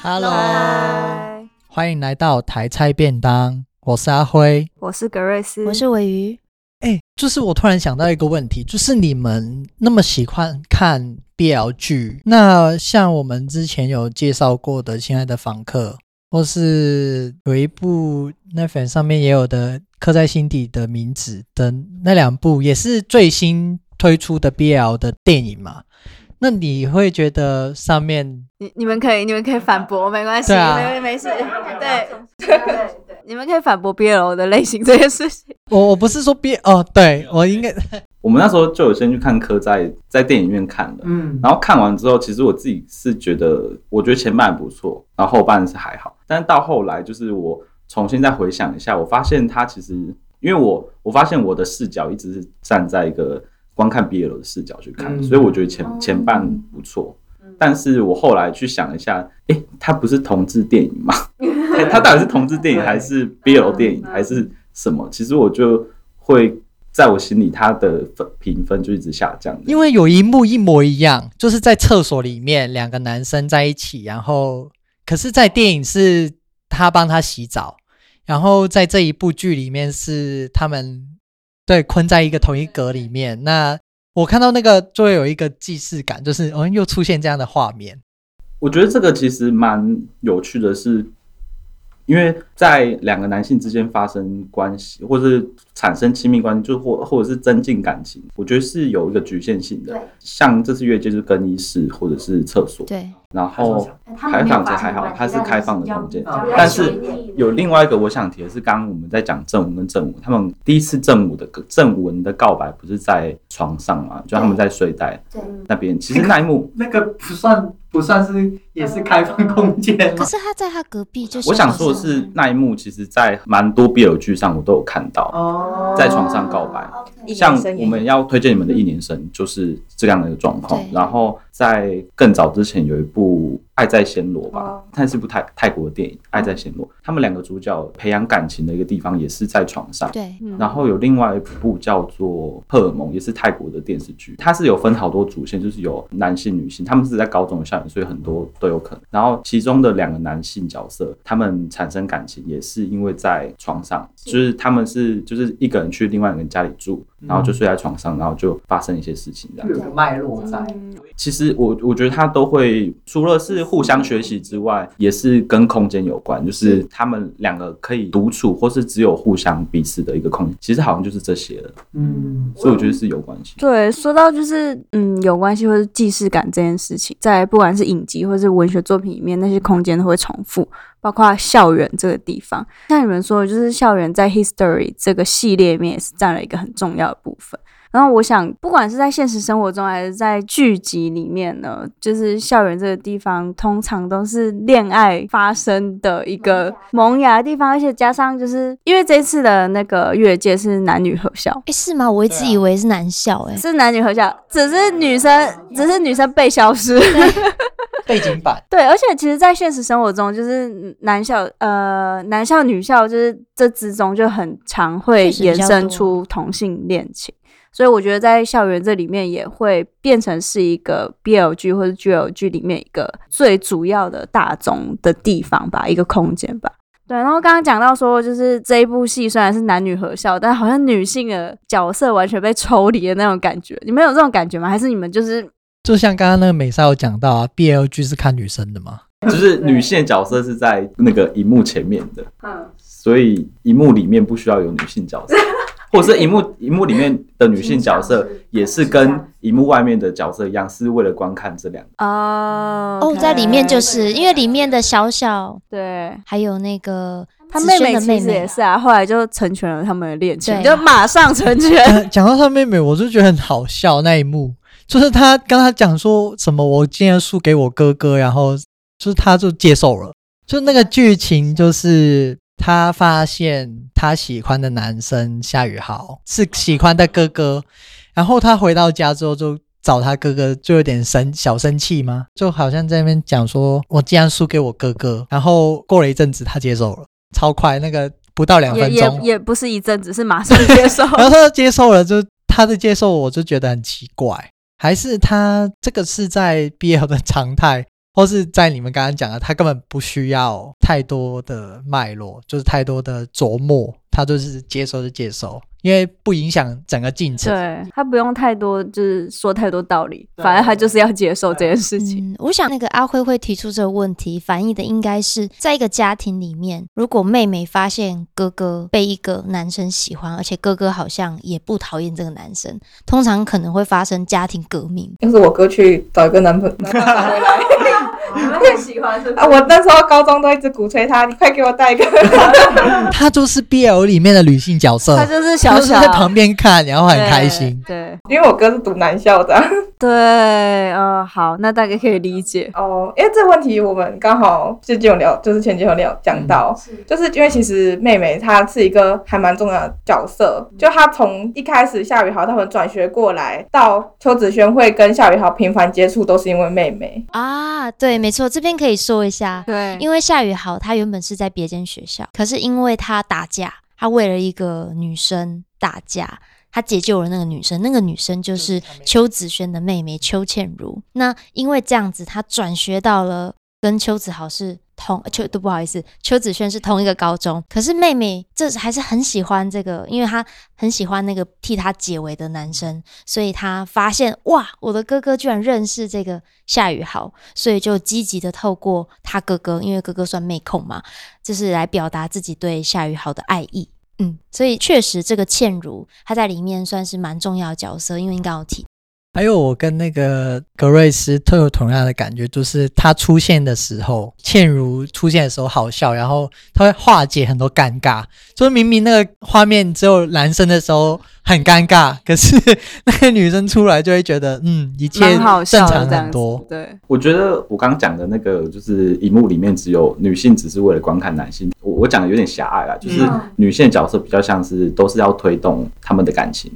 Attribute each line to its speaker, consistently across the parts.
Speaker 1: Hello，
Speaker 2: 嗨，
Speaker 1: 欢迎来到台菜便当，我是阿辉。
Speaker 2: 我是格瑞斯，
Speaker 3: 我是
Speaker 4: 嗯
Speaker 3: 尾鱼，
Speaker 1: 哎，就是我突然想到一个问题，就是你们那么喜欢看 BL 剧，那像我们之前有介绍过的《亲爱的房客》，或是有一部那粉上面也有的《刻在心底的名字》的那两部，也是最新推出的 BL 的电影嘛？那你会觉得上面
Speaker 2: 你你们可以，你们可以反驳，没关系，
Speaker 1: 对啊
Speaker 2: 没没事，对对 对，你们可以反驳 BL 的类型这件事情。
Speaker 1: 我我不是说 BL 哦，对我应该
Speaker 4: 我们那时候就有先去看科在在电影院看的，嗯，然后看完之后，其实我自己是觉得，我觉得前半不错，然后后半是还好，但是到后来就是我重新再回想一下，我发现它其实，因为我我发现我的视角一直是站在一个光看 BL 的视角去看，
Speaker 1: 嗯
Speaker 4: 所以我觉得前
Speaker 3: 哦
Speaker 4: 前半不错。但是我后来去想一下，诶、它不是同志电影吗？欸它到底是同志电影还是 BL 电影还是什么？其实我就会在我心里，它的分评分就一直下降。
Speaker 1: 因为有一幕一模一样，就是在厕所里面两个男生在一起，然后可是，在电影是他帮他洗澡，然后在这一部剧里面是他们对困在一个同一格里面。那我看到那个就会有一个既视感，就是嗯、又出现这样的画面。
Speaker 4: 我觉得这个其实蛮有趣的是，因为在两个男性之间发生关系，或是产生亲密关系，就或或者是增进感情，我觉得是有一个局限性的
Speaker 3: 对。
Speaker 4: 像这次越界就是更衣室或者是厕所，
Speaker 3: 对，
Speaker 4: 然后
Speaker 5: 开
Speaker 4: 放
Speaker 5: 放
Speaker 4: 则
Speaker 5: 则
Speaker 4: 还
Speaker 5: 还
Speaker 4: 好
Speaker 5: 好，
Speaker 4: 它
Speaker 5: 它
Speaker 4: 是
Speaker 5: 是
Speaker 4: 开
Speaker 5: 开
Speaker 4: 放的
Speaker 5: 放的
Speaker 4: 空
Speaker 5: 空
Speaker 4: 间
Speaker 5: 间，
Speaker 4: 但
Speaker 5: 但
Speaker 4: 是
Speaker 5: 是
Speaker 4: 有
Speaker 5: 有
Speaker 4: 另外一个我想提的是，刚刚我们在讲正文跟正武，他们第一次正武的正文的告白不是在床上嘛？就他们在睡袋
Speaker 3: 对
Speaker 4: 那边，其实那一幕，
Speaker 5: 那个不算不算是也是开放空间
Speaker 3: 可是他在他隔壁，就是
Speaker 4: 嗯我想说的是，那一幕其实，在蛮多 BL 剧上我都有看到，
Speaker 5: 哦
Speaker 4: 在床上告白。
Speaker 6: 哦
Speaker 3: 一
Speaker 4: 像我们要推荐你们的《一年生》，就是这样的一个状况
Speaker 3: 对。
Speaker 4: 然后在更早之前有一部《爱在暹罗》吧
Speaker 2: 哦，
Speaker 4: 它是一部泰泰国的电影，《爱在暹罗》。他们两个主角培养感情的一个地方也是在床上。
Speaker 3: 对
Speaker 4: 嗯然后有另外一部叫做《荷尔蒙》，也是泰国的电视剧，它是有分好多主线，就是有男性、女性，他们是在高中的校园，所以很多都有可能。然后其中的两个男性角色，他们产生感情也是因为在床上，就是他们是就是一个人去另外一个人家里住，然后就睡在床上，然后就发生一些事情这样
Speaker 5: 有。个脉络在，
Speaker 4: 其实我我觉得他都会，除了是互相学习之外，也是跟空间有关，就是他们两个可以独处，或是只有互相彼此的一个空间。其实好像就是这些了，
Speaker 5: 嗯，
Speaker 4: 所以我觉得是有关系。
Speaker 2: 对，说到就是嗯，有关系或是既视感这件事情，在不管是影集或是文学作品里面，那些空间都会重复，包括校园这个地方。像你们说的，就是校园在 history 这个系列里面也是占了一个很重要的部分。然后我想，不管是在现实生活中还是在剧集里面呢，就是校园这个地方，通常都是恋爱发生的一个萌芽的地方，而且加上就是因为这次的那个越界是男女合校，
Speaker 3: 哎是吗？我一直以为是男校哎，
Speaker 2: 啊是男女合校，只是女生，只是女生被消失。
Speaker 1: 背景板
Speaker 2: 对，而且其实，在现实生活中，就是男校，呃，男校、女校，就是这之中就很常会
Speaker 3: 确实比
Speaker 2: 衍
Speaker 3: 较
Speaker 2: 生
Speaker 3: 多
Speaker 2: 出同性恋情，所以我觉得在校园这里面也会变成是一个 BL g 或者 GL g 里面一个最主要的大众的地方吧，一个空间吧。对，然后刚刚讲到说，就是这一部戏虽然是男女合校，但好像女性的角色完全被抽离的那种感觉。你们有这种感觉吗？还是你们就是
Speaker 1: 就像刚刚那个美莎有讲到啊，BL 剧是看女生的嘛，
Speaker 4: 就是女性的角色是在那个荧幕前面的，
Speaker 2: 嗯，
Speaker 4: 所以荧幕里面不需要有女性 角色，或者是荧幕荧幕里面的女性角色也是跟
Speaker 7: 啊
Speaker 4: 荧幕外面的角色一样，是为了观看这两个。
Speaker 2: 哦
Speaker 3: 哦，在里面就是
Speaker 2: 因
Speaker 3: 因为里面的小小
Speaker 2: 对
Speaker 3: 还有那个
Speaker 2: 他
Speaker 3: 子
Speaker 2: 妹
Speaker 3: 轩
Speaker 2: 妹
Speaker 3: 的
Speaker 2: 其
Speaker 3: 妹
Speaker 2: 实也
Speaker 3: 妹，
Speaker 2: 是啊，后来就成全了他们的恋情，
Speaker 3: 对
Speaker 2: 就马上成全。
Speaker 1: 呃 讲到她妹妹，我就觉得很好笑那一幕，就是她跟她讲说什么我今天输给我哥哥，然后就是她就接受了，就那个剧情就是她发现她喜欢的男生夏雨豪是喜欢的哥哥，然后她回到家之后就。找她哥哥就有点生小生气吗？就好像在那边讲说，我既然输给我哥哥，然后过了一阵子，她接受了，超快，那个不到两
Speaker 2: 也
Speaker 1: 分
Speaker 2: 也
Speaker 1: 钟，哎
Speaker 2: 也不是一阵子，是马上 接受。
Speaker 1: 然后他就接受了，就他的接受我就觉得很奇怪，还是他这个是在 BL 的常态，或是在你们刚刚讲的，他根本不需要太多的脉络，就是太多的琢磨，他就是接收就接收，因为不影响整个进程。
Speaker 2: 对他不用太多，就是说太多道理，
Speaker 5: 对
Speaker 2: 反正他就是要接受这件事情。
Speaker 3: 嗯，我想那个阿辉会提出这个问题，反映的应该是在一个家庭里面，如果妹妹发现哥哥被一个男生喜欢，而且哥哥好像也不讨厌这个男生，通常可能会发生家庭革命。
Speaker 7: 就是我哥去找一个男朋 友，男朋友回来
Speaker 2: 很喜欢是
Speaker 7: 啊，我那时候高中都一直鼓吹他，你快给我带一个。
Speaker 1: 他就是 BL 里面的女性角色，
Speaker 2: 他就是
Speaker 1: 他嗯
Speaker 2: 小
Speaker 1: 就是
Speaker 2: 小
Speaker 1: 在旁边看，然后很开心。
Speaker 2: 对
Speaker 7: 因为我哥是读男校的啊、
Speaker 2: 对，呃，好，那大概可以理解。
Speaker 7: 哦，因为这个问题我们刚好最近有聊，就是前几天有聊讲到，就是因为其实妹妹她是一个还蛮重要的角色，就她从一开始夏雨豪他们转学过来，到邱子轩会跟夏雨豪频繁接触，都是因为妹妹。
Speaker 3: 啊，对，没错，这边可以说一下，
Speaker 2: 对
Speaker 3: 因为夏雨豪他原本是在别间学校，可是因为他打架，他为了一个女生打架。他解救了那个女生，那个女生就是邱子轩的妹妹邱倩如。那因为这样子，他转学到了跟邱子豪是同，呃邱都不好意思，邱子轩是同一个高中。可是妹妹这还是很喜欢这个，因为她很喜欢那个替她解围的男生，所以她发现哇，我的哥哥居然认识这个夏雨豪，所以就积极的透过他哥哥，因为哥哥算妹控嘛，就是来表达自己对夏雨豪的爱意。嗯，所以确实这个倩如她在里面算是蛮重要的角色，因为你刚刚有提
Speaker 1: 还有我跟那个格瑞斯都有同样的感觉，就是他出现的时候，倩如出现的时候好笑，然后他会化解很多尴尬。就是明明那个画面只有男生的时候很尴尬，可是那个女生出来就会觉得，嗯，一切
Speaker 2: 蛮好
Speaker 1: 正
Speaker 2: 笑
Speaker 1: 常
Speaker 2: 的这
Speaker 1: 很
Speaker 2: 样子
Speaker 1: 多。。
Speaker 2: 对，
Speaker 4: 我觉得我刚刚讲的那个，就是荧幕里面只有女性，只是为了观看男性。我我讲的有点狭隘啦，就是
Speaker 7: 嗯
Speaker 4: 女性角色比较像是都是要推动他们的感情，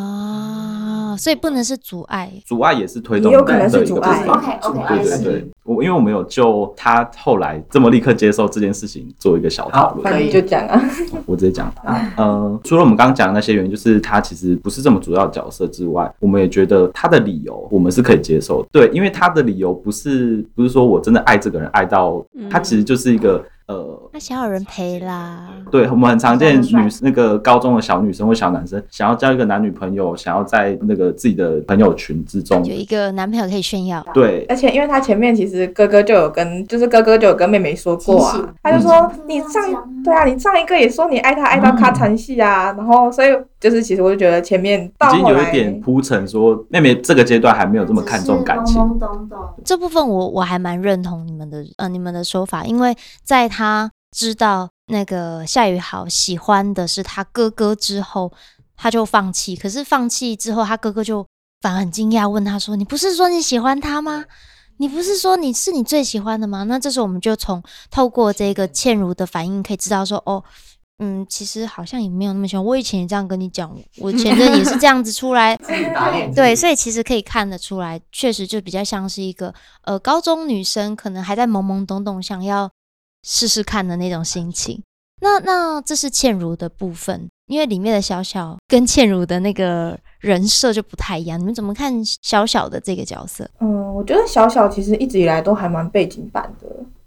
Speaker 3: 啊、所以不能是阻碍。
Speaker 4: 阻碍也是推动
Speaker 7: 也有可能
Speaker 4: 的
Speaker 7: 是
Speaker 4: 一个
Speaker 7: 阻
Speaker 4: 部
Speaker 7: 碍
Speaker 4: 分。
Speaker 6: OK OK，
Speaker 4: 对对对，我因为我们有就他后来这么立刻接受这件事情做一个小讨
Speaker 5: 好
Speaker 4: 论
Speaker 7: 那，你就讲啊，
Speaker 4: 我直接讲。呃，除了我们刚刚讲的那些原因，就是他其实不是这么主要角色之外，我们也觉得他的理由我们是可以接受的。对，因为他的理由不是不是说我真的爱这个人爱到
Speaker 3: 嗯
Speaker 4: 他，其实就是一个呃
Speaker 3: 那想要有人陪啦，
Speaker 4: 对，我们很常见女那个高中的小女生或小男生，想要交一个男女朋友，想要在那个自己的朋友群之中，
Speaker 3: 有一个男朋友可以炫耀。
Speaker 4: 对
Speaker 7: 而且因为他前面其实哥哥就有跟，就是哥哥就有跟妹妹说过
Speaker 6: 提
Speaker 7: 啊
Speaker 6: 醒，
Speaker 7: 他就说、
Speaker 6: 嗯
Speaker 7: 你上对啊，你上一个也说你爱他爱到咔嚓戏啊，然后所以就是其实我就觉得前面到
Speaker 4: 已经
Speaker 7: 后
Speaker 4: 有
Speaker 7: 来
Speaker 4: 一点铺陈说妹妹这个阶段还没有这么看重感情。
Speaker 6: 懵懵懂懂，
Speaker 3: 这部分我我还蛮认同你们的呃你们的说法，因为在他知道那个夏雨豪喜欢的是他哥哥之后，他就放弃。可是放弃之后，他哥哥就反而很惊讶，问他说：“你不是说你喜欢他吗？”你不是说你是你最喜欢的吗？那这时候我们就从透过这个倩如的反应可以知道说，哦，嗯，其实好像也没有那么喜欢。我以前也这样跟你讲，我前阵也是这样子出来，
Speaker 5: 自己打脸自己。
Speaker 3: 对，所以其实可以看得出来，确实就比较像是一个呃高中女生可能还在懵懵懂懂想要试试看的那种心情。那那这是倩如的部分，因为里面的小小跟倩如的那个人设就不太一样。你们怎么看小小的这个角色？
Speaker 7: 嗯，我觉得小小其实一直以来都还蛮背景板的，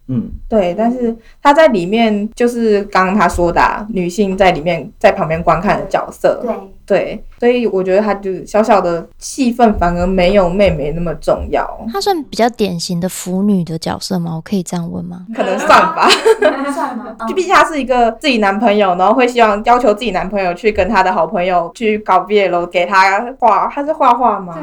Speaker 4: 嗯，
Speaker 7: 对，但是她在里面就是刚刚她说的、啊、女性在里面在旁边观看的角色，
Speaker 6: 对，
Speaker 7: 对，所以我觉得她就是小小的戏份反而没有妹妹那么重要，
Speaker 3: 她算比较典型的腐女的角色吗？我可以这样问吗？
Speaker 7: 可能算吧，
Speaker 6: 算吗？嗯
Speaker 7: 就毕竟她是一个自己男朋友，然后会希望要求自己男朋友去跟她的好朋友去搞毕业楼，给她画，她是画画吗？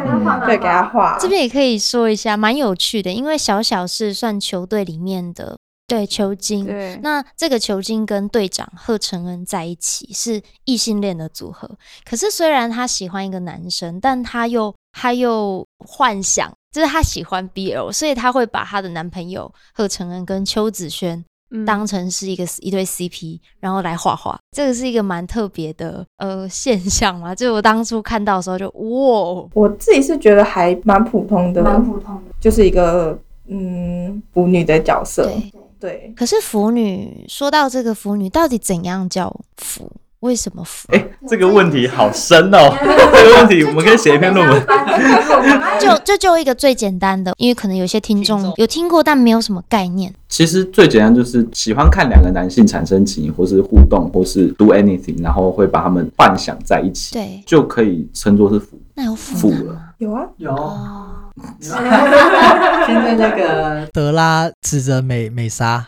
Speaker 7: 对，给她画，
Speaker 3: 这边也可以说一下，蛮有趣的，因为小小是算球队里面的对球精，
Speaker 2: 对
Speaker 3: 那这个球精跟队长贺承恩在一起是异性恋的组合，可是虽然他喜欢一个男生，但他又他又幻想，就是他喜欢 BL，所以他会把他的男朋友贺承恩跟邱子轩
Speaker 2: 嗯
Speaker 3: 当成是一个一对 CP，然后来画画，这个是一个蛮特别的呃现象嘛。就我当初看到的时候就哇，哦
Speaker 7: 我自己是觉得还蛮普通的，
Speaker 6: 蛮普通的，
Speaker 7: 就是一个嗯腐女的角色。
Speaker 3: 对。
Speaker 7: 对，
Speaker 3: 可是腐女，说到这个腐女，到底怎样叫腐？为什么
Speaker 4: 哎、这个问题好深哦，这个问题 我们可以写一篇论文。
Speaker 3: 就就就一个最简单的，因为可能有些听众有听过，但没有什么概念。
Speaker 4: 其实最简单就是喜欢看两个男性产生情谊，或是互动，或是 do anything，然后会把他们幻想在一起，
Speaker 3: 对，
Speaker 4: 就可以称作是腐
Speaker 3: 那有
Speaker 4: 腐
Speaker 3: 腐
Speaker 4: 了。
Speaker 7: 有啊，
Speaker 5: 有，
Speaker 3: 哦，
Speaker 5: 现在那个
Speaker 1: 德拉指着美美 莎，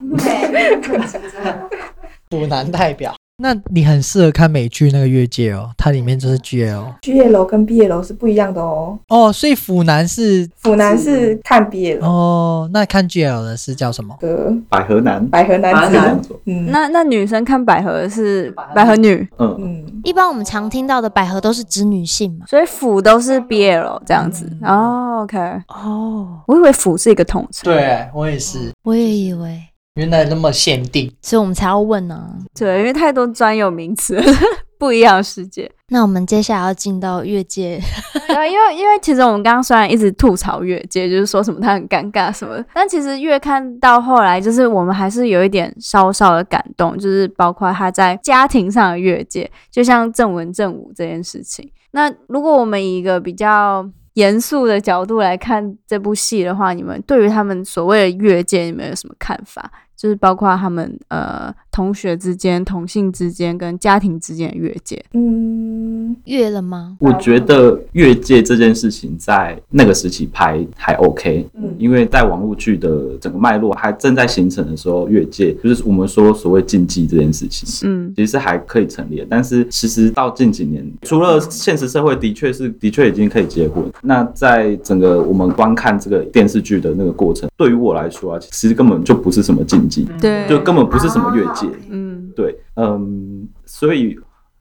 Speaker 1: 腐男代表。那你很适合看美剧那个越界哦，它里面就是 GL
Speaker 7: ，GL 跟 BL 是不一样的哦。
Speaker 1: 哦，所以腐男是
Speaker 7: 腐男是看 BL
Speaker 1: 哦，那看 GL 的是叫什么？
Speaker 7: 的
Speaker 4: 百合男，
Speaker 7: 百合男
Speaker 4: 这
Speaker 5: 百合
Speaker 7: 子，
Speaker 5: 男
Speaker 4: 样做，
Speaker 7: 嗯
Speaker 2: 那那女生看百合是
Speaker 5: 百合
Speaker 2: 百合女，
Speaker 4: 嗯，
Speaker 7: 嗯，
Speaker 3: 一般我们常听到的百合都是指女性嘛。
Speaker 2: 所以腐都是 BL 这样子。
Speaker 1: 嗯
Speaker 2: 哦，OK，
Speaker 3: 哦，
Speaker 2: 我以为腐是一个统称。
Speaker 1: 对我也是，
Speaker 3: 我也以为，
Speaker 1: 原来那么限定。
Speaker 3: 所以我们才要问啊呢、
Speaker 2: 对，因为太多专有名词了， 不一样的世界。
Speaker 3: 那我们接下来要进到越界，
Speaker 2: 对啊，因为因为其实我们刚刚虽然一直吐槽越界，就是说什么他很尴尬什么的，但其实越看到后来，就是我们还是有一点稍稍的感动，就是包括他在家庭上的越界，就像正文正武这件事情。那如果我们以一个比较严肃的角度来看这部戏的话，你们对于他们所谓的越界，你们有什么看法？就是包括他们呃同学之间、同性之间跟家庭之间的越界，
Speaker 7: 嗯，
Speaker 3: 越了吗？
Speaker 4: 我觉得越界这件事情在那个时期拍还 OK，
Speaker 7: 嗯
Speaker 4: 因为在网络剧的整个脉络还正在形成的时候，越界就是我们说所谓禁忌这件事情。
Speaker 2: 嗯。
Speaker 4: 其实还可以成立的，但是其实到近几年，除了现实社会的确是的确已经可以结婚，那在整个我们观看这个电视剧的那个过程，对于我来说啊，其实根本就不是什么禁忌，
Speaker 2: 对
Speaker 4: 嗯就根本不是什么越界，
Speaker 2: 嗯，
Speaker 4: 对，嗯，所以。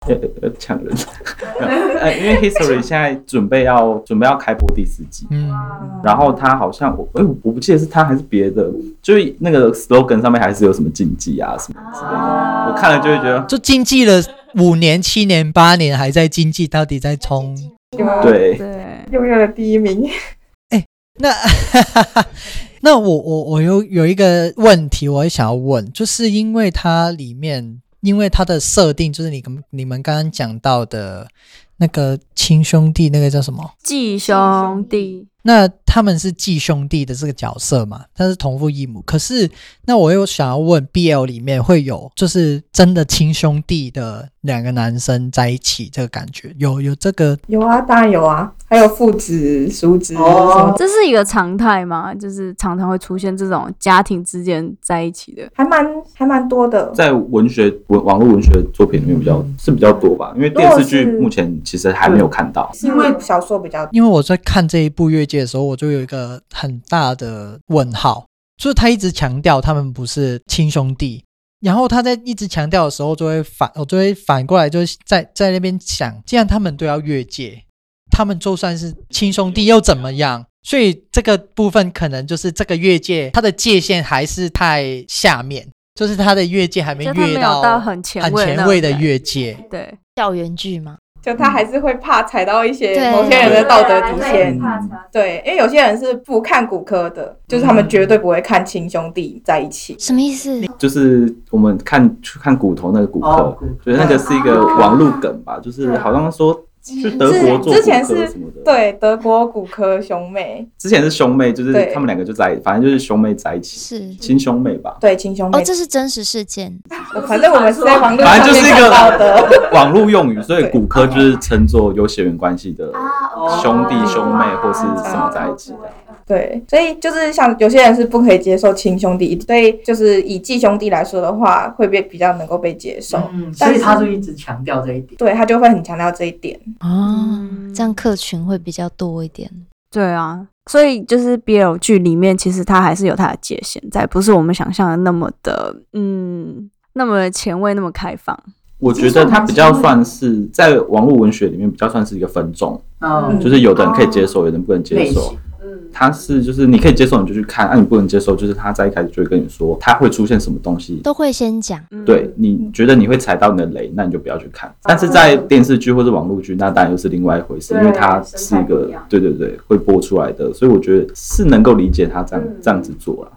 Speaker 4: 呃呃呃，抢人！ 呃，因为 History 现在准备要准备要开播第四季，
Speaker 1: 嗯，
Speaker 4: 然后他好像我哎、我不记得是他还是别的，就是那个 slogan 上面还是有什么禁忌啊什么之类的，我看了就会觉得
Speaker 1: 就经济了五年、七年、八年，还在经济，到底在冲？
Speaker 7: 有啊，
Speaker 4: 对，
Speaker 2: 对，
Speaker 7: 拥有了第一名，
Speaker 1: 那 那我我我有有一个问题，我也想要问，就是因为它里面，因为它的设定，就是你们你们刚刚讲到的那个亲兄弟，那个叫什么？
Speaker 2: 继兄弟，
Speaker 1: 那他们是继兄弟的这个角色嘛，但是同父异母。可是，那我又想要问，BL 里面会有就是真的亲兄弟的两个男生在一起这个感觉，有有这个
Speaker 7: 有啊，当然有啊，还有父子、叔侄什
Speaker 5: 哦
Speaker 7: 么，
Speaker 2: 这是一个常态嘛，就是常常会出现这种家庭之间在一起的。
Speaker 7: 还蛮还蛮多的。
Speaker 4: 在文学文网络文学作品里面比较是比较多吧，因为电视剧
Speaker 7: 如果是
Speaker 4: 目前其实还没有看到。
Speaker 5: 因为
Speaker 7: 小说比较
Speaker 1: 因为我在看这一部越界的时候，我就有一个很大的问号，就是他一直强调他们不是亲兄弟，然后他在一直强调的时候，就会反我就会反过来就是在在那边想，既然他们都要越界，他们就算是亲兄弟又怎么样？所以这个部分可能就是这个越界，它的界限还是太下面，就是它的越界还没
Speaker 2: 就他没
Speaker 1: 越
Speaker 2: 有到
Speaker 1: 到
Speaker 2: 很前
Speaker 1: 很
Speaker 2: 卫
Speaker 1: 前
Speaker 2: 那
Speaker 1: 卫
Speaker 2: 种
Speaker 1: 的
Speaker 2: 感
Speaker 1: 越界。
Speaker 2: 对，
Speaker 3: 校园剧吗？
Speaker 7: 就他还是会怕踩到一些
Speaker 3: 对
Speaker 7: 某些人的道德底线。
Speaker 4: 嗯
Speaker 7: 对，嗯因为有些人是不看骨科的，就是他们绝对不会看亲兄弟在一起。
Speaker 3: 什么意思？
Speaker 4: 就是我们看去看骨头那个骨科
Speaker 5: 哦，骨科
Speaker 4: 觉得那个是一个
Speaker 7: 哦
Speaker 4: 网络梗吧，就是好像说去德国做骨
Speaker 7: 嗯之前
Speaker 4: 科
Speaker 7: 是
Speaker 4: 什么的。，
Speaker 7: 对，德国骨科兄妹，
Speaker 4: 之前是兄妹，就是
Speaker 7: 对嗯
Speaker 4: 他们两个就在，反正就是兄妹在一起，
Speaker 3: 是
Speaker 4: 亲兄妹吧。
Speaker 7: 对亲兄妹
Speaker 3: 哦，，这是真实事件。
Speaker 7: 反正我们是在哦网络
Speaker 4: 反
Speaker 7: 上
Speaker 4: 正就是
Speaker 7: 面
Speaker 4: 一
Speaker 7: 看到的。
Speaker 4: 个 网络用语，所以
Speaker 7: 对
Speaker 4: 骨科就是称作有血缘关系的
Speaker 6: 哦
Speaker 4: 兄弟兄妹或是什么在一起的。
Speaker 7: 对，所以就是像有些人是不可以接受亲兄弟，所以就是以继兄弟来说的话，会被比较能够被接受。
Speaker 5: 嗯，所以他就一直强调这一点。
Speaker 7: 对他就会很强调这一点。
Speaker 3: 哦，
Speaker 7: 嗯
Speaker 3: 这样客群会比较多一点。
Speaker 2: 对啊，所以就是 BL 剧里面，其实它还是有它的界限在，不是我们想象的那么的，嗯，那么前卫，那么开放。
Speaker 4: 我觉得它比较算是在网络文学里面比较算是一个分众，
Speaker 5: 嗯，
Speaker 4: 就是有的人可以接受，有
Speaker 7: 哦
Speaker 4: 的人不能接
Speaker 5: 类
Speaker 4: 受
Speaker 5: 型。，
Speaker 4: 它是就是你可以接受你就去看，啊那、你不能接受就是他在一开始就会跟你说他会出现什么东西，
Speaker 3: 都会先讲，
Speaker 2: 嗯、
Speaker 4: 对你觉得你会踩到你的雷，那你就不要去看。但是在电视剧或者网络剧，那当然又是另外一回事，因为它是一嗯个对对对会播出来的，所以我觉得是能够理解他这样这样子做啦。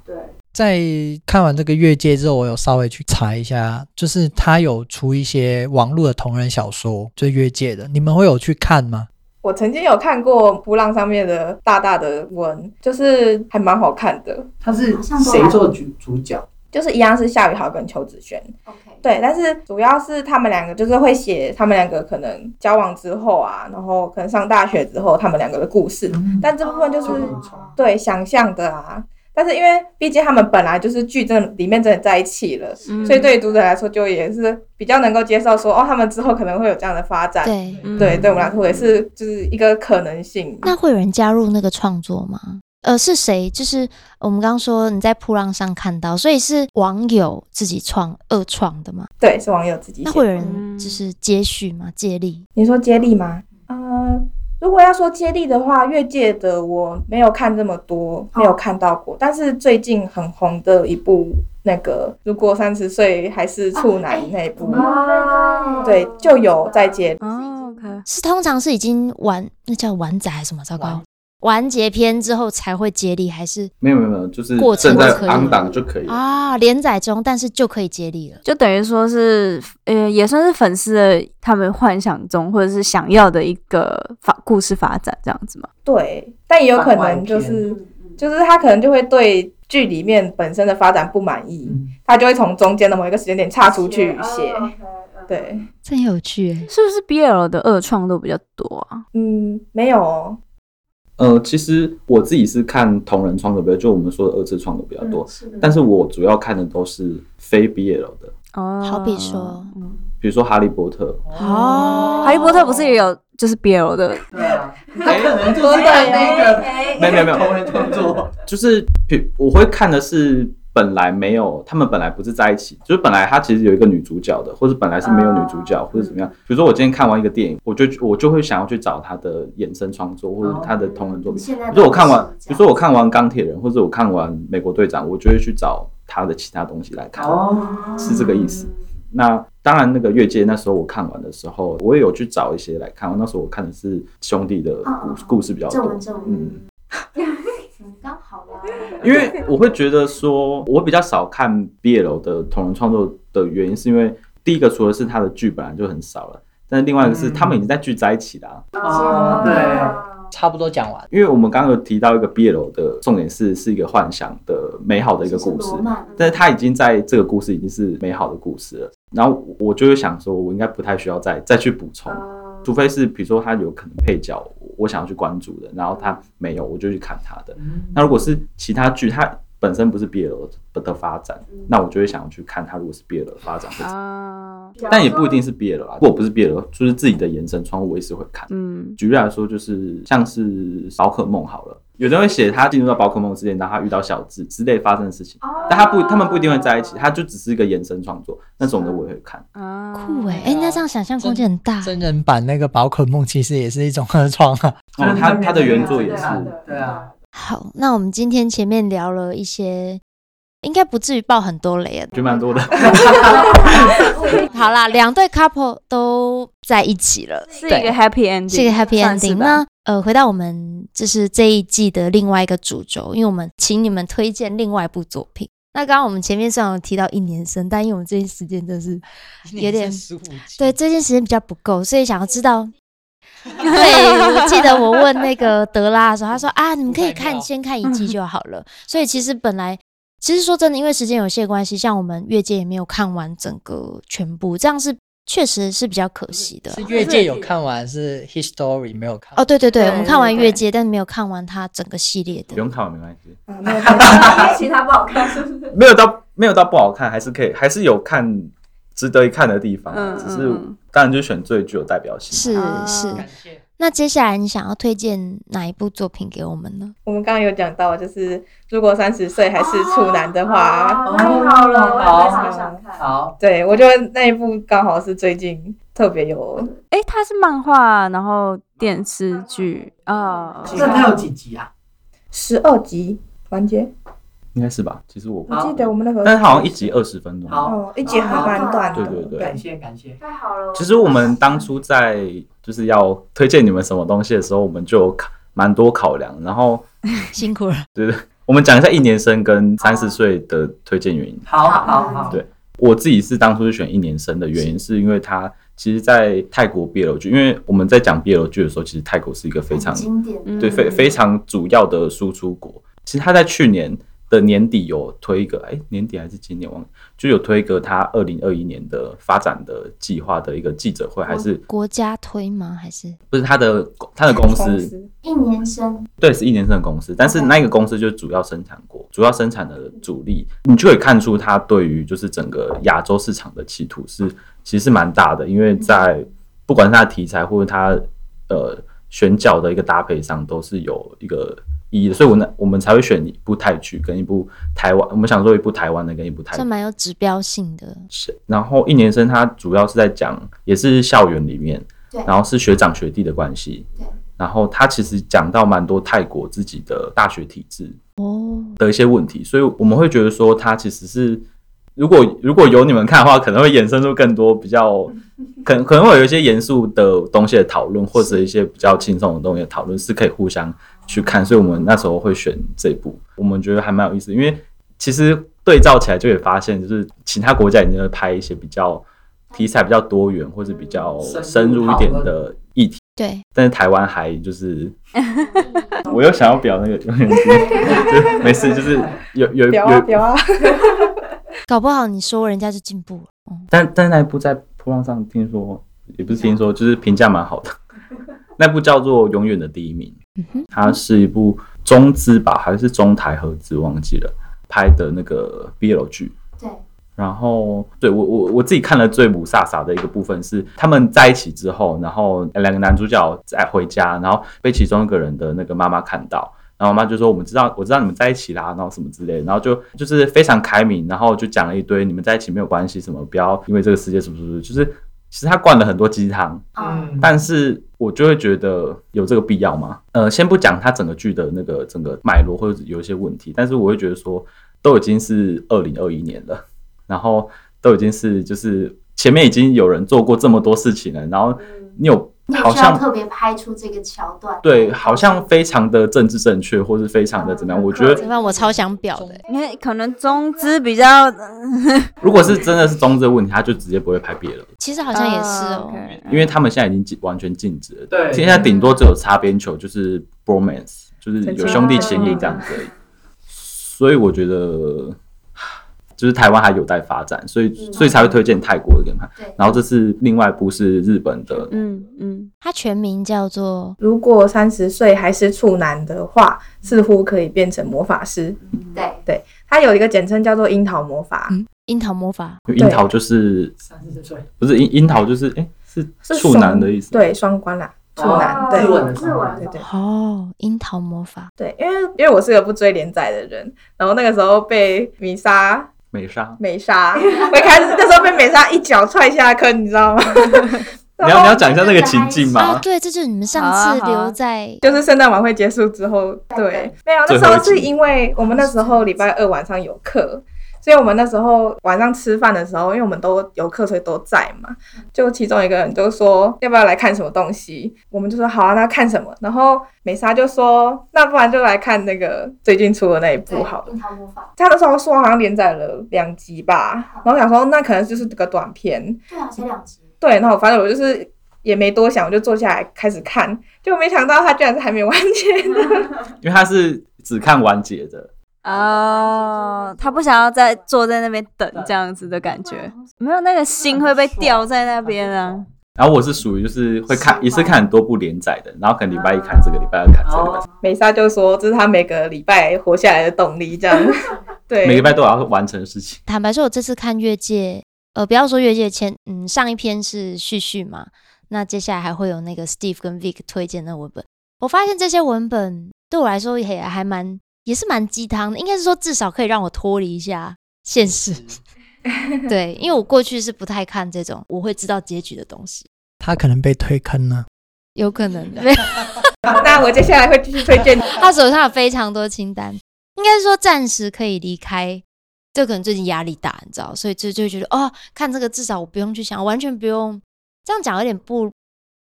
Speaker 1: 在看完这个越界之后，我有稍微去查一下，就是他有出一些网络的同人小说，就是越界的，你们会有去看吗？
Speaker 7: 我曾经有看过波浪上面的大大的文，就是还蛮好看的，
Speaker 5: 他是谁做主主角？
Speaker 7: 就是一样是夏雨豪跟邱子轩。
Speaker 6: 嗯
Speaker 3: OK，
Speaker 7: 对，但是主要是他们两个就是会写他们两个可能交往之后啊，然后可能上大学之后他们两个的故事，但这部分就是、
Speaker 5: 哦
Speaker 7: 对想象的啊。但是因为毕竟他们本来就是剧真里面真的在一起了，
Speaker 2: 嗯
Speaker 7: 所以对于读者来说就也是比较能够接受说哦，他们之后可能会有这样的发展。
Speaker 3: 对。
Speaker 2: 嗯
Speaker 7: 对，对我们来说也是就是一个可能性。
Speaker 3: 那会有人加入那个创作吗？呃，是谁？就是我们刚刚说你在扑浪上看到，所以是网友自己创二创的吗？
Speaker 7: 对，是网友自己
Speaker 3: 那
Speaker 7: 写
Speaker 3: 会
Speaker 7: 的。
Speaker 3: 有人就是接续吗？借力？
Speaker 7: 你说接力吗？呃，如果要说接力的话，越界的我没有看这么多，没有看到过。但是最近很红的一部那个，如果三十岁还是处男那一部，对，就有在接力。
Speaker 2: 哦，OK，
Speaker 3: 是通常是已经完那叫完载还是什么？糟糕，完结篇之后才会接力，还是
Speaker 4: 没有没有没有，就是
Speaker 3: 过程
Speaker 4: 正在
Speaker 3: 就可以了
Speaker 4: on 档就可以了。
Speaker 3: 啊连载中，但是就可以接力了？
Speaker 2: 就等于说是，呃，也算是粉丝的他们幻想中或者是想要的一个发故事发展这样子嘛。
Speaker 7: 对，但也有可
Speaker 5: 番外
Speaker 7: 能
Speaker 5: 篇
Speaker 7: 就是
Speaker 6: 嗯
Speaker 7: 就是他可能就会对剧里面本身的发展不满意，
Speaker 5: 嗯
Speaker 7: 他就会从中间的某一个时间点岔出去写。
Speaker 6: 哦
Speaker 4: 嗯
Speaker 6: 嗯
Speaker 7: 对，
Speaker 3: 真有趣耶！
Speaker 2: 是不是 BL 的二创都比较多啊？
Speaker 7: 嗯，没有哦。
Speaker 4: 呃，其实我自己是看同人创的比较，就我们说的二次创的比较多，但是我主要看的都是非 BL 的，
Speaker 2: 哦，
Speaker 3: 好比说
Speaker 2: 嗯
Speaker 4: 比如说《哈利波特
Speaker 3: 哦
Speaker 2: 哈利波特不是也有就是 BL 的？
Speaker 5: 对啊，他可能就是看那个
Speaker 4: 没有没有没有
Speaker 5: 同人创作，》，
Speaker 4: 就是比我会看的是本来没有，他们本来不是在一起，就是本来他其实有一个女主角的，或者本来是没有女主角，
Speaker 6: 啊
Speaker 4: 或者怎么样。比如说我今天看完一个电影，我就我就会想要去找他的衍生创作或者他的同人作品。
Speaker 6: 现在
Speaker 4: 比如说我看
Speaker 6: 嗯
Speaker 4: 完，比如说我看完钢铁人，或者我看完美国队长，我就会去找他的其他东西来看。
Speaker 5: 哦，
Speaker 4: 是这个意思。那当然，那个越界那时候我看完的时候，我也有去找一些来看。那时候我看的是兄弟的
Speaker 6: 嗯嗯
Speaker 4: 故故事比较
Speaker 6: 正
Speaker 4: 多
Speaker 6: 文，正
Speaker 4: 嗯
Speaker 6: 文，嗯刚好啦。
Speaker 4: 因为我会觉得说，我比较少看 BL 的同人创作的原因，是因为第一个除了是他的剧本来就很少了，但是另外一个是
Speaker 5: 嗯
Speaker 4: 他们已经在聚在一起啦、
Speaker 5: 哦，
Speaker 4: 啊
Speaker 5: 对，
Speaker 1: 差不多讲完。
Speaker 4: 因为我们刚刚有提到一个 BL 的重点是是一个幻想的美好的一个故事
Speaker 6: 是罗，曼
Speaker 4: 但是他已经在这个故事已经是美好的故事了。然后我就会想说，我应该不太需要再再去补充，
Speaker 2: 啊
Speaker 4: 除非是比如说他有可能配角我我想要去关注的，然后他没有，我就去看他的。
Speaker 2: 嗯
Speaker 4: 那如果是其他剧，它本身不是 BL 的的发展，那我就会想要去看它如果是 BL 的发展会怎
Speaker 2: 嗯
Speaker 4: 样，
Speaker 2: 啊，
Speaker 3: 哦
Speaker 4: 但也不一定是 BL 啦。如果不是 BL，就是自己的延伸窗户，我也是会看。
Speaker 2: 嗯，
Speaker 4: 举例来说，就是像是宝可梦好了，有的人会写他进入到宝可梦之前，然后他遇到小智之类发生的事情，但他不，他们不一定会在一
Speaker 6: 哦
Speaker 4: 起，他就只是一个延伸创作，那种的我也会看。
Speaker 2: 啊，
Speaker 3: 酷哎！哎，那这样想象空间很大。
Speaker 1: 真人版那个宝可梦其实也是一种二创 啊，
Speaker 5: 就是
Speaker 4: 哦，他
Speaker 5: 那边
Speaker 4: 他的
Speaker 5: 的
Speaker 4: 原
Speaker 5: 那
Speaker 4: 作
Speaker 5: 个
Speaker 4: 也
Speaker 5: 对
Speaker 4: 是
Speaker 5: 啊对啊，
Speaker 3: 好，那我们今天前面聊了一些，应该不至于爆很多雷啊。
Speaker 4: 就蛮多 的。
Speaker 3: 好啦，两对 couple 都在一起了，
Speaker 2: 是一
Speaker 3: 对
Speaker 2: 个 happy ending，
Speaker 3: 是一个 happy
Speaker 2: 算是
Speaker 3: ending。
Speaker 2: 吧嗯
Speaker 3: 那呃，回到我们就是这一季的另外一个主轴，因为我们请你们推荐另外一部作品。那刚刚我们前面虽然有提到一年生，但因为我们最近时间真是有点
Speaker 1: 十五集
Speaker 3: 对，最近时间比较不够，所以想要知道。对，我记得我问那个德拉的时候，他说啊，你们可以
Speaker 1: 不排
Speaker 3: 看
Speaker 1: 掉
Speaker 3: 先看一季就好了。所以其实本来，其实说真的，因为时间有限的关系，像我们越界也没有看完整个全部，这样是确实是比较可惜的
Speaker 1: 是。越界有看完，是 History 没有看。
Speaker 3: 哦，对对对，
Speaker 2: 对
Speaker 3: 我们看完
Speaker 2: 对
Speaker 3: 越界，但没有看完它整个系列
Speaker 4: 不
Speaker 3: 的。
Speaker 4: 用看我没关系，
Speaker 7: 啊没有看到
Speaker 6: 其他不好看，是不是？
Speaker 4: 没有到没有到不好看，还是可以，还是有看值得一看的地方啊。
Speaker 2: 嗯
Speaker 4: 只是
Speaker 2: 嗯
Speaker 4: 当然就选最具有代表性。
Speaker 3: 是
Speaker 2: 啊
Speaker 3: 是，
Speaker 1: 谢。
Speaker 3: 那接下来你想要推荐哪一部作品给我们呢？
Speaker 7: 我们刚刚有讲到，就是如果三十岁还是处男的话，
Speaker 6: 哦太好了，我也
Speaker 5: 好
Speaker 6: 超想看。
Speaker 5: 好，
Speaker 7: 对我觉得那一部刚好是最近特别有，
Speaker 2: 哎，它是漫画，然后电视剧啊，
Speaker 5: 那它有几集啊？
Speaker 7: 十二集完结，
Speaker 4: 应该是吧？其实我不
Speaker 7: 我
Speaker 5: 好，
Speaker 7: 记得我们那
Speaker 4: 但是
Speaker 7: 个
Speaker 4: 好像一集二十分钟。
Speaker 5: 嗯好
Speaker 7: 哦一集还蛮短的，
Speaker 4: 对对对
Speaker 5: 感谢感谢，
Speaker 6: 太好了。
Speaker 4: 其实我们当初在就是要推荐你们什么东西的时候，我们就有考蛮多考量，然后
Speaker 3: 辛苦了，
Speaker 4: 对对，我们讲一下一年生跟三十岁的推荐原因。
Speaker 5: 好好好，
Speaker 4: 对我自己是当初是选一年生的原因，是因为它其实，在泰国 BL 剧，因为我们在讲 BL 剧的时候，其实泰国是一个非常
Speaker 6: 经典的
Speaker 4: 对非非常主要的输出国。其实他在去年的年底有推一个，哎、年底还是今年忘了，就有推一个他二零二一年的发展的计划的一个记者会，还是
Speaker 3: 国家推吗？还是
Speaker 4: 不是他的他的公司？
Speaker 6: 一年 生
Speaker 4: 对，是一年生的公司，但是那个公司就是主要生产国，主要生产的主力，你就可以看出它对于就是整个亚洲市场的企图是其实是蛮大的，因为在不管是它的题材或者它呃选角的一个搭配上，都是有一个意义的，所以我那我们才会选一部泰剧跟一部台湾，我们想说一部台湾的跟一部泰
Speaker 3: 这
Speaker 4: 剧。
Speaker 3: 蛮有指标性的？
Speaker 4: 是然后一年生它主要是在讲，也是校园里面，
Speaker 6: 对
Speaker 4: 然后是学长学弟的关系，
Speaker 6: 对
Speaker 4: 然后他其实讲到蛮多泰国自己的大学体制
Speaker 3: 哦，
Speaker 4: 的一些问题，所以我们会觉得说他其实是，如果如果有你们看的话，可能会衍生出更多比较，可能可能会有一些严肃的东西的讨论，或者一些比较轻松的东西的讨论是可以互相去看，所以我们那时候会选这部，我们觉得还蛮有意思，因为其实对照起来就会发现，就是其他国家已经在拍一些比较题材比较多元或者比较深入一点的议题。
Speaker 3: 对，
Speaker 4: 但是台湾还就是，我又想要表那个，就没事，就是有有
Speaker 7: 表啊
Speaker 4: 有，
Speaker 7: 表啊，
Speaker 3: 搞不好你说人家就进步了。嗯，
Speaker 4: 但但那一部在波浪上听说，也不是听说，就是评价蛮好的。 那部叫做《永远的第一名
Speaker 3: 嗯哼》，
Speaker 4: 它是一部中资吧，还是中台合资忘记了拍的那个 BL 剧。
Speaker 6: 对
Speaker 4: 然后对我我我自己看了最母萨萨的一个部分是他们在一起之后，然后两个男主角在回家，然后被其中一个人的那个妈妈看到，然后妈妈就说我们知道我知道你们在一起啦，然后什么之类的，然后就就是非常开明，然后就讲了一堆你们在一起没有关系什么，不要因为这个世界什么什么，就是其实他灌了很多鸡汤，
Speaker 6: 啊，
Speaker 4: 但是我就会觉得有这个必要吗？呃，先不讲它整个剧的那个整个脉络或者有一些问题，但是我会觉得说，都已经是二零二一年了，然后都已经是就是前面已经有人做过这么多事情了，然后你有
Speaker 6: 你也
Speaker 4: 好
Speaker 6: 需要
Speaker 4: 像
Speaker 6: 特别拍出这个桥段，
Speaker 4: 对，好像非常的政治正确，或是非常的怎么样？我觉得
Speaker 3: 这让我超想表的、
Speaker 2: 因为可能中资比较，
Speaker 4: 如果是真的是中这个问题，他就直接不会拍别人了，
Speaker 3: 其实好像也是
Speaker 2: 啊
Speaker 3: 哦。
Speaker 4: 因为他们现在已经禁完全禁止了。
Speaker 5: 对
Speaker 4: 现在顶多只有擦边球，就是 bromance，就是有兄弟情谊这样子而已。所以我觉得，就是台湾还有待发展，所以
Speaker 6: 嗯
Speaker 4: 所以才会推荐泰国的给他们看。
Speaker 6: 对，
Speaker 4: 然后这是另外一部是日本的，
Speaker 2: 嗯嗯，
Speaker 3: 它全名叫做 哦
Speaker 7: 如果三十岁还是处男的话，似乎可以变成魔法师。
Speaker 6: 对
Speaker 7: 它有一个简称叫做樱桃魔法，
Speaker 3: 嗯樱桃魔法，
Speaker 4: 因为樱桃就是
Speaker 5: 三十岁，
Speaker 4: 不是樱樱桃就是哎、
Speaker 7: 是
Speaker 4: 是处男的意思。
Speaker 7: 对，双关啦，处男，
Speaker 5: 哦
Speaker 7: 对
Speaker 5: 自刎的
Speaker 6: 自刎
Speaker 7: 对对。
Speaker 3: 哦，樱桃魔法，
Speaker 7: 对，因为因为我是个不追连载的人，然后那个时候被米莎
Speaker 4: 美莎，
Speaker 7: 美莎，我一开始那时候被美莎一脚踹下坑，你知道吗？
Speaker 4: 你要你要讲一下那个情境
Speaker 3: 哦
Speaker 4: 吗，？
Speaker 3: 对，这就是你们上
Speaker 2: 好啊
Speaker 3: 次
Speaker 2: 好啊
Speaker 3: 留在
Speaker 7: 就是圣诞晚会结束之后，
Speaker 6: 对
Speaker 7: 对，没有
Speaker 4: 最后
Speaker 7: 那时候
Speaker 4: 一集
Speaker 7: 是因为我们那时候礼拜二晚上有课，所以我们那时候晚上吃饭的时候，因为我们都有课，所以都在嘛。就其中一个人就说要不要来看什么东西，我们就说好啊，那看什么？然后美莎就说那不然就来看那个最近出的那一部
Speaker 6: 对
Speaker 7: 好了。
Speaker 6: 樱桃魔法，
Speaker 7: 他那时候说好像连载了两集吧，然后想说那可能就是个短片，
Speaker 6: 对啊，才两集，
Speaker 7: 对，然后反正我就是也没多想，我就坐下来开始看，就没想到他居然是还没完结的。
Speaker 4: 因为他是只看完结的，
Speaker 2: 哦，他不想要再坐在那边等这样子的感觉，没有那个心会被吊在那边啊。
Speaker 4: 然后我是属于就是会看
Speaker 6: 喜欢
Speaker 4: 一次看很多部连载的，然后可能礼拜一看这个，礼拜二看这个，礼拜
Speaker 5: 哦
Speaker 4: 三
Speaker 7: 美莎就说这是她每个礼拜活下来的动力， 这样。对，
Speaker 4: 每个礼拜都要完成事情。
Speaker 3: 坦白说，我这次看越界，呃，不要说越界前，嗯，上一篇是旭旭嘛，那接下来还会有那个 Steve 跟 Vic 推荐的文本。我发现这些文本对我来说也还蛮，也是蛮鸡汤的，应该是说至少可以让我脱离一下现实。 对，因为我过去是不太看这种我会知道结局的东西，
Speaker 1: 他可能被推坑啊了。
Speaker 3: 有可能的。
Speaker 7: 那我接下来会继续推 荐。
Speaker 3: 他手上有非常多清单，应该是说暂时可以离开，就可能最近压力大，你知道，所以就就会觉得哦，看这个至少我不用去想，完全不用这样讲有点不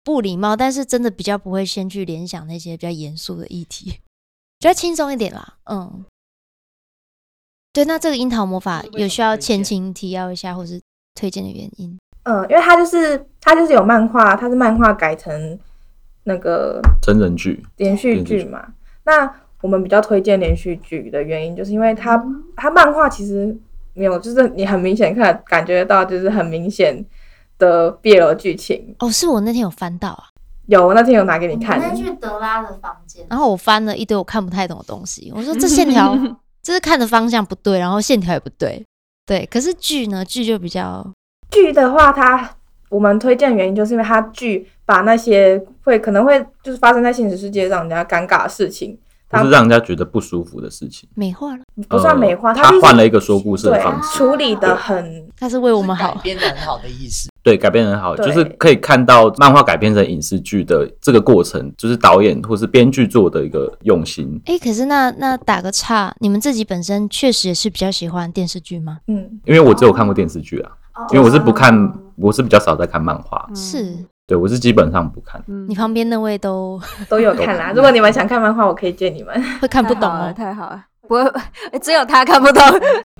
Speaker 3: 不礼貌，但是真的比 较不会先去联想那些比较严肃的议题，比较轻松一点啦，嗯，对，那这个樱桃魔法
Speaker 1: 是为什么
Speaker 3: 有需要
Speaker 1: 推
Speaker 3: 前
Speaker 1: 荐
Speaker 3: 情提要一下，或是推荐的原因？
Speaker 7: 嗯，因为它就是它就是有漫画，它是漫画改成那个
Speaker 4: 真人剧，
Speaker 7: 连续剧嘛。那我们比较推荐连续剧的原因，就是因为它它漫画其实没有，就是你很明显看感觉到，就是很明显的 BL 剧情。
Speaker 3: 哦，是我那天有翻到啊，
Speaker 7: 有，我那天有拿给
Speaker 6: 我
Speaker 7: 你
Speaker 6: 们
Speaker 7: 看，
Speaker 6: 哦
Speaker 7: 哦
Speaker 6: 那去德拉的房间，
Speaker 3: 然后我翻了一堆我看不太懂的东西，我说这线条这是看的方向不对，然后线条也不对，对。可是剧呢，剧就比较
Speaker 7: 剧的话，它我们推荐的原因就是因为它剧把那些会可能会就是发生在现实世界让人家尴尬的事情，
Speaker 4: 不
Speaker 7: 它
Speaker 4: 是让人家觉得不舒服的事情。
Speaker 3: 美化了，
Speaker 7: 不算美化，
Speaker 4: 呃
Speaker 7: 它就
Speaker 4: 他
Speaker 7: 是
Speaker 4: 换了一个说故事的
Speaker 7: 对啊
Speaker 4: 方式，
Speaker 7: 处理的很
Speaker 3: 它是为我们
Speaker 1: 改
Speaker 3: 好。
Speaker 1: 编的很好的意思。
Speaker 4: 对，改编得很好，
Speaker 7: 对
Speaker 4: 就是可以看到漫画改编成影视剧的这个过程，就是导演或是编剧做的一个用心。
Speaker 3: 哎，可是那那打个岔，你们自己本身确实也是比较喜欢电视剧吗？
Speaker 7: 嗯，
Speaker 4: 因为我只有看过电视剧啊，
Speaker 6: 哦
Speaker 4: 因为我是不看，我是比较少在看漫画，
Speaker 3: 是
Speaker 4: 对我是基本上不看。
Speaker 2: 嗯
Speaker 3: 你旁边那位都
Speaker 7: 都有看啦。如果你们想看漫画，我可以借你们。
Speaker 3: 会看不懂
Speaker 2: 太好了，
Speaker 3: 哦。
Speaker 2: 太好了，不会，哎只有他看 不懂。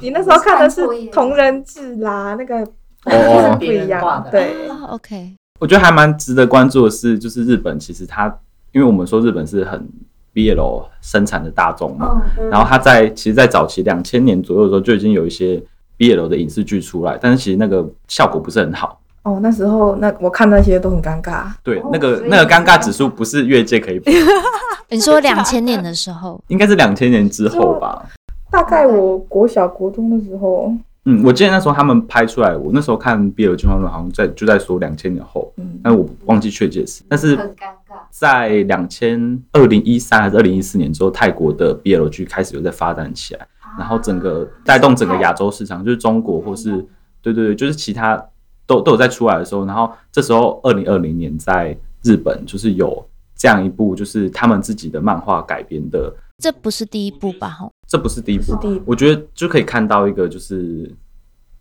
Speaker 7: 你那时候看的
Speaker 6: 我是看
Speaker 7: 是
Speaker 6: 错
Speaker 7: 同人志啦，那个
Speaker 4: 哦哦
Speaker 7: 不一
Speaker 5: 别人画
Speaker 7: 样
Speaker 5: 的，
Speaker 7: 对。
Speaker 3: 啊，OK，
Speaker 4: 我觉得还蛮值得关注的是，就是日本其实它，因为我们说日本是很 BL 生产的大众嘛，
Speaker 6: 嗯，
Speaker 4: 然后它在其实，在早期两千年左右的时候就已经有一些 BL 的影视剧出来，但是其实那个效果不是很好。
Speaker 7: 哦，那时候那我看那些都很尴尬，
Speaker 4: 对
Speaker 6: 哦，
Speaker 4: 那
Speaker 6: 所
Speaker 4: 个
Speaker 6: 以
Speaker 4: 那个尴尬指数不是越界可以比，
Speaker 3: 你说两千年的时候
Speaker 4: 应该是两千年之后吧。
Speaker 7: 大概我国小国中的时候，
Speaker 4: 嗯，我记得那时候他们拍出来，我那时候看《BL 进化论》，好像在就在说两千年后，
Speaker 7: 嗯，
Speaker 4: 但是我忘记确切是，但是
Speaker 6: 很尴尬，
Speaker 4: 在两千二零一三还是二零一四年之后，泰国的 BL 剧开始有在发展起来，
Speaker 6: 啊
Speaker 4: 然后整个带动整个亚洲市场，就是中国或是对对对，就是其他都都有在出来的时候，然后这时候二零二零年在日本就是有这样一部就是他们自己的漫画改编的，
Speaker 3: 这不是第一部吧？吼，
Speaker 4: 这不是第一部，
Speaker 7: 第一部
Speaker 4: 我觉得就可以看到一个就是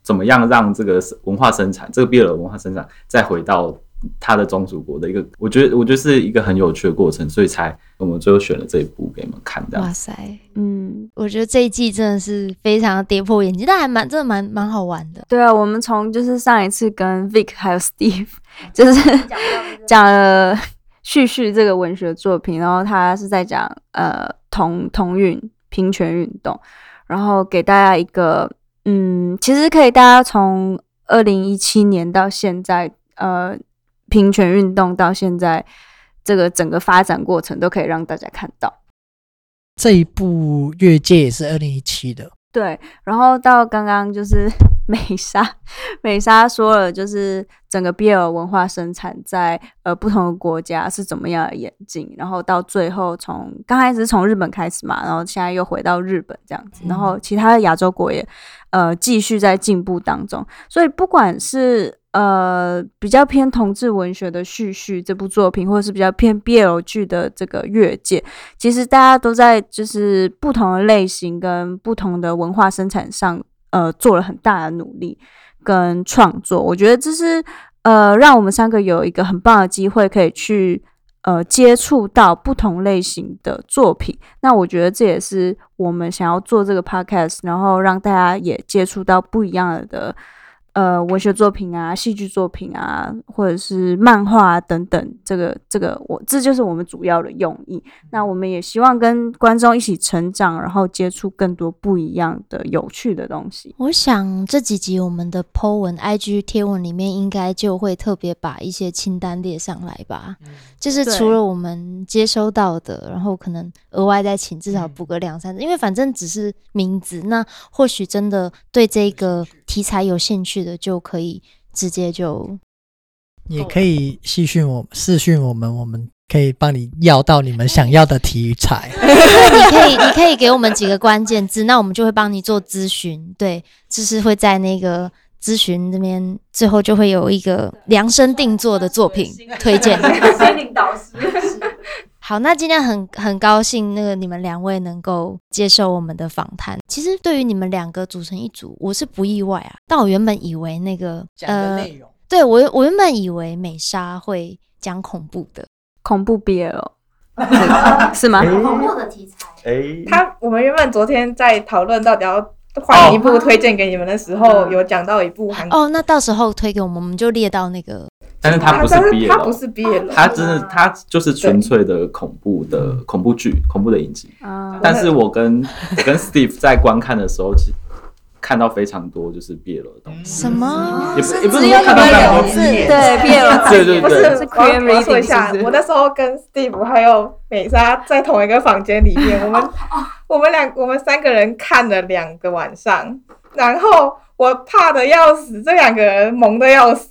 Speaker 4: 怎么样让这个文化生产，这个 BL 文化生产再回到它的宗主国的一个，我觉得我觉得是一个很有趣的过程，所以才我们最后选了这一部给你们看这
Speaker 3: 哇
Speaker 4: 样。
Speaker 3: 塞，
Speaker 2: 嗯，
Speaker 3: 我觉得这一季真的是非常的跌破眼镜，但还蛮真的蛮蛮好玩的。
Speaker 2: 对啊，我们从就是上一次跟 Vic 还有 Steve，就是 讲了《叙事》这个文学作品，然后他是在讲呃同同运平权运动，然后给大家一个嗯，其实可以大家从二零一七年到现在，呃，平权运动到现在这个整个发展过程都可以让大家看到。
Speaker 1: 这一部《越界》也是二零一七的，
Speaker 2: 对，然后到刚刚就是 美莎，美莎说了，就是整个 BL 文化生产在呃不同的国家是怎么样的演进，然后到最后从刚开始是从日本开始嘛，然后现在又回到日本这样子，然后其他的亚洲国也呃继续在进步当中，所以不管是呃比较偏同志文学的叙叙这部作品，或者是比较偏 BL 剧的这个越界，其实大家都在就是不同的类型跟不同的文化生产上，呃，做了很大的努力跟创作。我觉得这是呃，让我们三个有一个很棒的机会，可以去呃接触到不同类型的作品。那我觉得这也是我们想要做这个 podcast，然后让大家也接触到不一样的。呃，文学作品啊，戏剧作品啊，或者是漫画、啊、等等，这个这个我这就是我们主要的用意。那我们也希望跟观众一起成长，然后接触更多不一样的有趣的东西。
Speaker 3: 我想这几集我们的 Po 文、IG 贴文里面，应该就会特别把一些清单列上来吧。
Speaker 1: 嗯
Speaker 3: 就是
Speaker 2: 对
Speaker 3: 除了我们接收到的，然后可能额外再请至少补个两三次，因为反正只是名字，那或许真的对这个题材有兴趣的，就可以直接就
Speaker 1: 也可以细讯我们、视讯我们，我们可以帮你要到你们想要的题材。
Speaker 3: 你可以，你可以给我们几个关键字，那我们就会帮你做咨询。对，就是会在那个咨询这边，最后就会有一个量身定做的作 品推荐。
Speaker 6: 心灵导师是
Speaker 3: 好，那今天很很高兴，那个你们两位能够接受我们的访谈。其实对于你们两个组成一组，我是不意外啊。但我原本以为那个呃，
Speaker 1: 容，
Speaker 3: 对我我原本以为美莎会讲恐怖的，
Speaker 2: 恐怖 BL 是吗？
Speaker 6: 恐怖的题材，
Speaker 4: 哎
Speaker 7: 他我们原本昨天在讨论到底要换一
Speaker 6: 哦
Speaker 7: 部推荐给你们的时
Speaker 4: 哦
Speaker 7: 候，有讲到一部韩国，
Speaker 3: 哦，那到时候推给我们，我们就列到那个
Speaker 4: 但是它
Speaker 7: 他
Speaker 4: 不是
Speaker 7: 但
Speaker 4: 毕业哦
Speaker 7: 他不
Speaker 4: 了。
Speaker 7: 是毕业了，哦
Speaker 4: 它真的，它就是纯粹的恐怖的恐怖剧、恐怖的影集。
Speaker 2: 啊，
Speaker 4: 但是我跟 我跟 Steve 在观看的时候，其看到非常多就是毕业了的东西。
Speaker 3: 什么？
Speaker 4: 也不也嗯不是
Speaker 2: 只有
Speaker 4: 说
Speaker 2: 你
Speaker 4: 看到
Speaker 2: 们
Speaker 4: 非常
Speaker 2: 两
Speaker 4: 多
Speaker 2: 个字，
Speaker 4: 毕业
Speaker 2: 对，毕业了，
Speaker 4: 对对
Speaker 7: 不
Speaker 4: 对
Speaker 7: 是
Speaker 2: 是
Speaker 7: 我要
Speaker 2: queer
Speaker 7: 我要说一
Speaker 2: reading
Speaker 7: 下
Speaker 2: 是，不
Speaker 7: 我
Speaker 2: 是？
Speaker 7: 那时候跟 Steve 还有美莎在同一个房间里面，我们我们两我们三个人看了两个晚上，然后我怕的要死，这两个人萌的要死，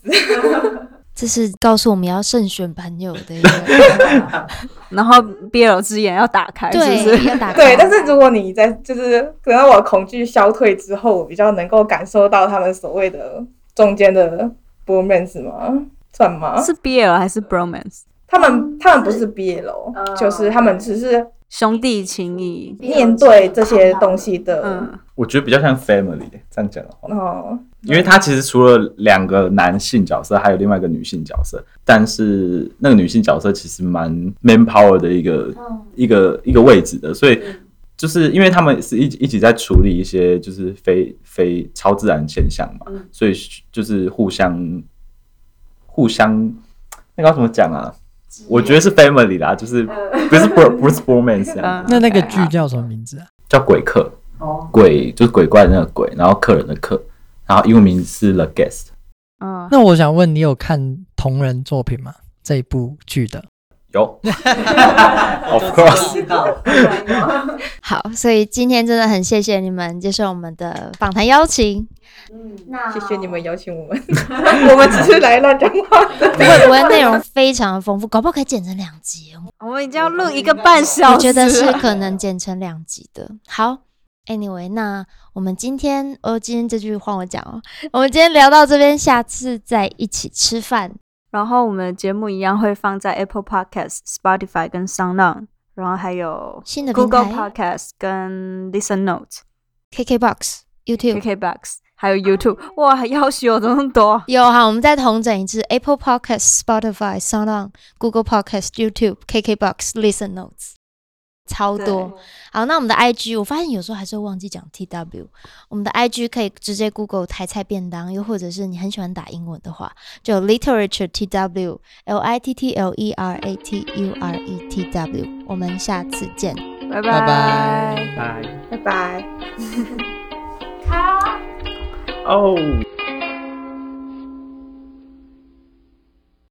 Speaker 3: 这是告诉我们要慎选朋友的一 个，
Speaker 2: 然后 BL 之眼要打开，是不
Speaker 3: 对，
Speaker 2: 是？
Speaker 3: 要打
Speaker 7: 对，
Speaker 3: 开
Speaker 7: 但是如果你在就是可能我恐惧消退之后，我比较能够感受到他们所谓的中间的 bromance 吗？算 吗？
Speaker 2: 是 BL 还是 bromance？
Speaker 7: 他们他们不是 BL，、
Speaker 6: 嗯
Speaker 7: 就是他们只是
Speaker 2: 兄弟情谊，
Speaker 7: 面对这些东西的，
Speaker 2: 嗯，
Speaker 4: 我觉得比较像 family 这样讲的话，
Speaker 7: 哦，
Speaker 4: 因为它其实除了两个男性角色，还有另外一个女性角色，但是那个女性角色其实蛮 man power 的一个
Speaker 6: 嗯，
Speaker 4: 一个一个位置的，所以就是因为他们是一起一起在处理一些就是非非超自然现象嘛，
Speaker 6: 嗯
Speaker 4: 所以就是互相互相那个要怎么讲啊？我觉得是 family 啦，就是
Speaker 6: 呃
Speaker 4: 不是 bro 不是 bromance 这样
Speaker 2: 嗯
Speaker 4: 子，
Speaker 1: 那那个
Speaker 2: OK，
Speaker 1: 剧叫什么名字啊？
Speaker 4: 叫鬼客，
Speaker 5: 哦，
Speaker 4: 鬼就是鬼怪的那个鬼，然后客人的客，然后英文名是 The Guest，
Speaker 2: 嗯，
Speaker 1: 那我想问你有看同人作品吗？这一部剧的
Speaker 4: 有，of course，
Speaker 5: 知道。
Speaker 3: 好，所以今天真的很谢谢你们接受我们的访谈邀请。
Speaker 6: 嗯，那
Speaker 7: 谢谢你们邀请我们， 我们只是来乱讲话的。
Speaker 3: 我文内容非常的丰富，搞不好可以剪成两集哦。
Speaker 2: 我们已经要录一个半小时了，
Speaker 3: 我觉得是可能剪成两集的。好，Anyway，那我们今天，哦，今天这句换我讲哦。我们今天聊到这边，下次再一起吃饭。
Speaker 2: 然后我们的节目一样会放在 Apple Podcast、Spotify 跟 Sound On，然后还有
Speaker 3: 新的平
Speaker 2: Google
Speaker 3: 台
Speaker 2: Podcast 跟 Listen Note、
Speaker 3: ，KKBox、YouTube。
Speaker 2: KKBox，还有 YouTube。哇，要求有这么多，
Speaker 3: 有哈，我们再同整一次：Apple Podcast、Spotify、Sound On、Google Podcast、YouTube、KKBox、Listen Notes，超多。好，那我们的 IG，我发现有时候还是会忘记讲 TW。我们的 IG 可以直接 Google 台菜便当，又或者是你很喜欢打英文的话，就有 Literature TW L I T T L E R A T U R E T W。我们下次见。
Speaker 1: 拜
Speaker 2: 拜
Speaker 1: 拜
Speaker 5: 拜。
Speaker 7: 拜拜。
Speaker 6: 卡。
Speaker 4: 哦。